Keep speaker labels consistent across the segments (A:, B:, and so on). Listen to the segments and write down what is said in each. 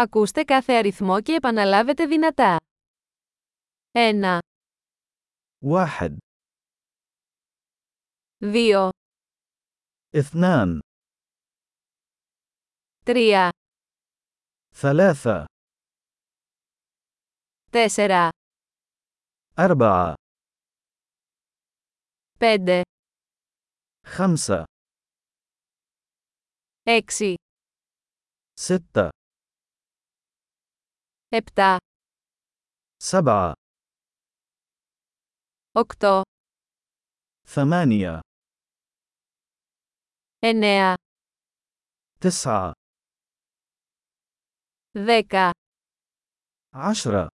A: Ακούστε κάθε αριθμό και επαναλάβετε δυνατά. 1,
B: واحد
A: 2,
B: اثنان
A: 3,
B: ثلاثة
A: 4,
B: أربعة
A: 5,
B: خمسة
A: 6,
B: ستة
A: 7,
B: سبعة
A: 8,
B: ثمانية
A: 9,
B: تسعة
A: 10,
B: عشرة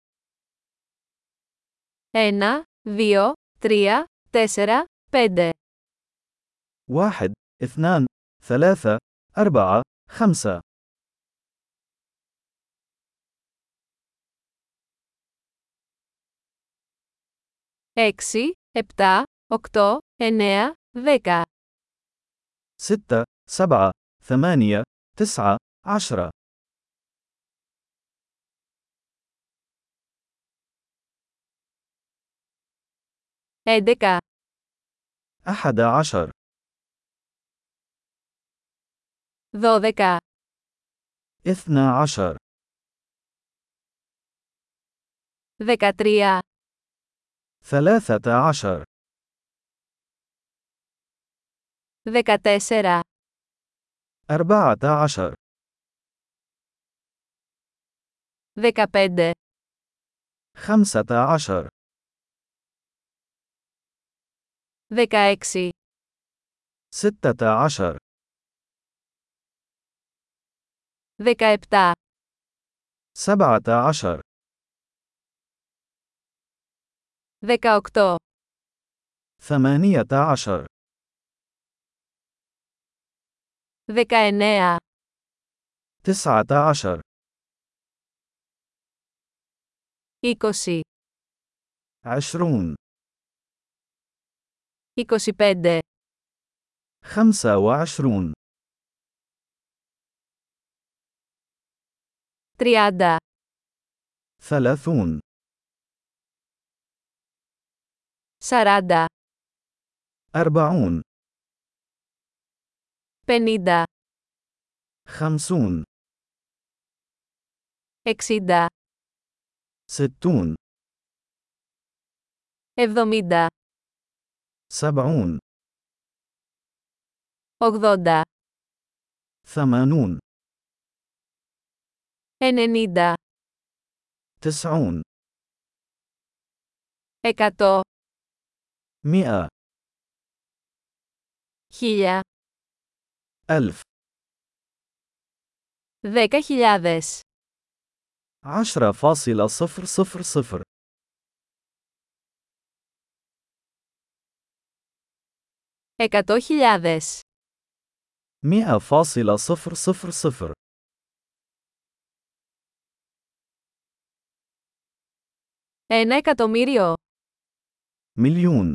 A: 1, 2, 3, 4, 5,
B: واحد اثنان ثلاثة أربعة خمسة
A: 6, 7, 8, 9, 10,
B: ستة سبعة ثمانية تسعة عشرة
A: 11,
B: أحد عشر
A: 12,
B: اثنا عشر
A: 13,
B: ثلاثة عشر
A: 14,
B: أربعة عشر
A: 15,
B: خمسة عشر
A: 16,
B: ستة عشر
A: 17,
B: سبعة عشر
A: 18,
B: ثمانية عشر
A: 19,
B: تسعة عشر
A: 20,
B: عشرون
A: 25,
B: خمسة وعشرون
A: 30,
B: ثلاثون
A: 40,
B: أربعون
A: 50,
B: خمسون
A: 60,
B: ستون
A: 70,
B: سبعون
A: 80,
B: ثمانون
A: 90,
B: تسعون
A: 100,
B: مئة
A: 1000,
B: ألف
A: 10.000.
B: عشرة فاصلة صفر صفر صفر
A: 100.000.
B: مئة فاصلة صفر صفر صفر
A: 1 εκατομμύριο.
B: مليون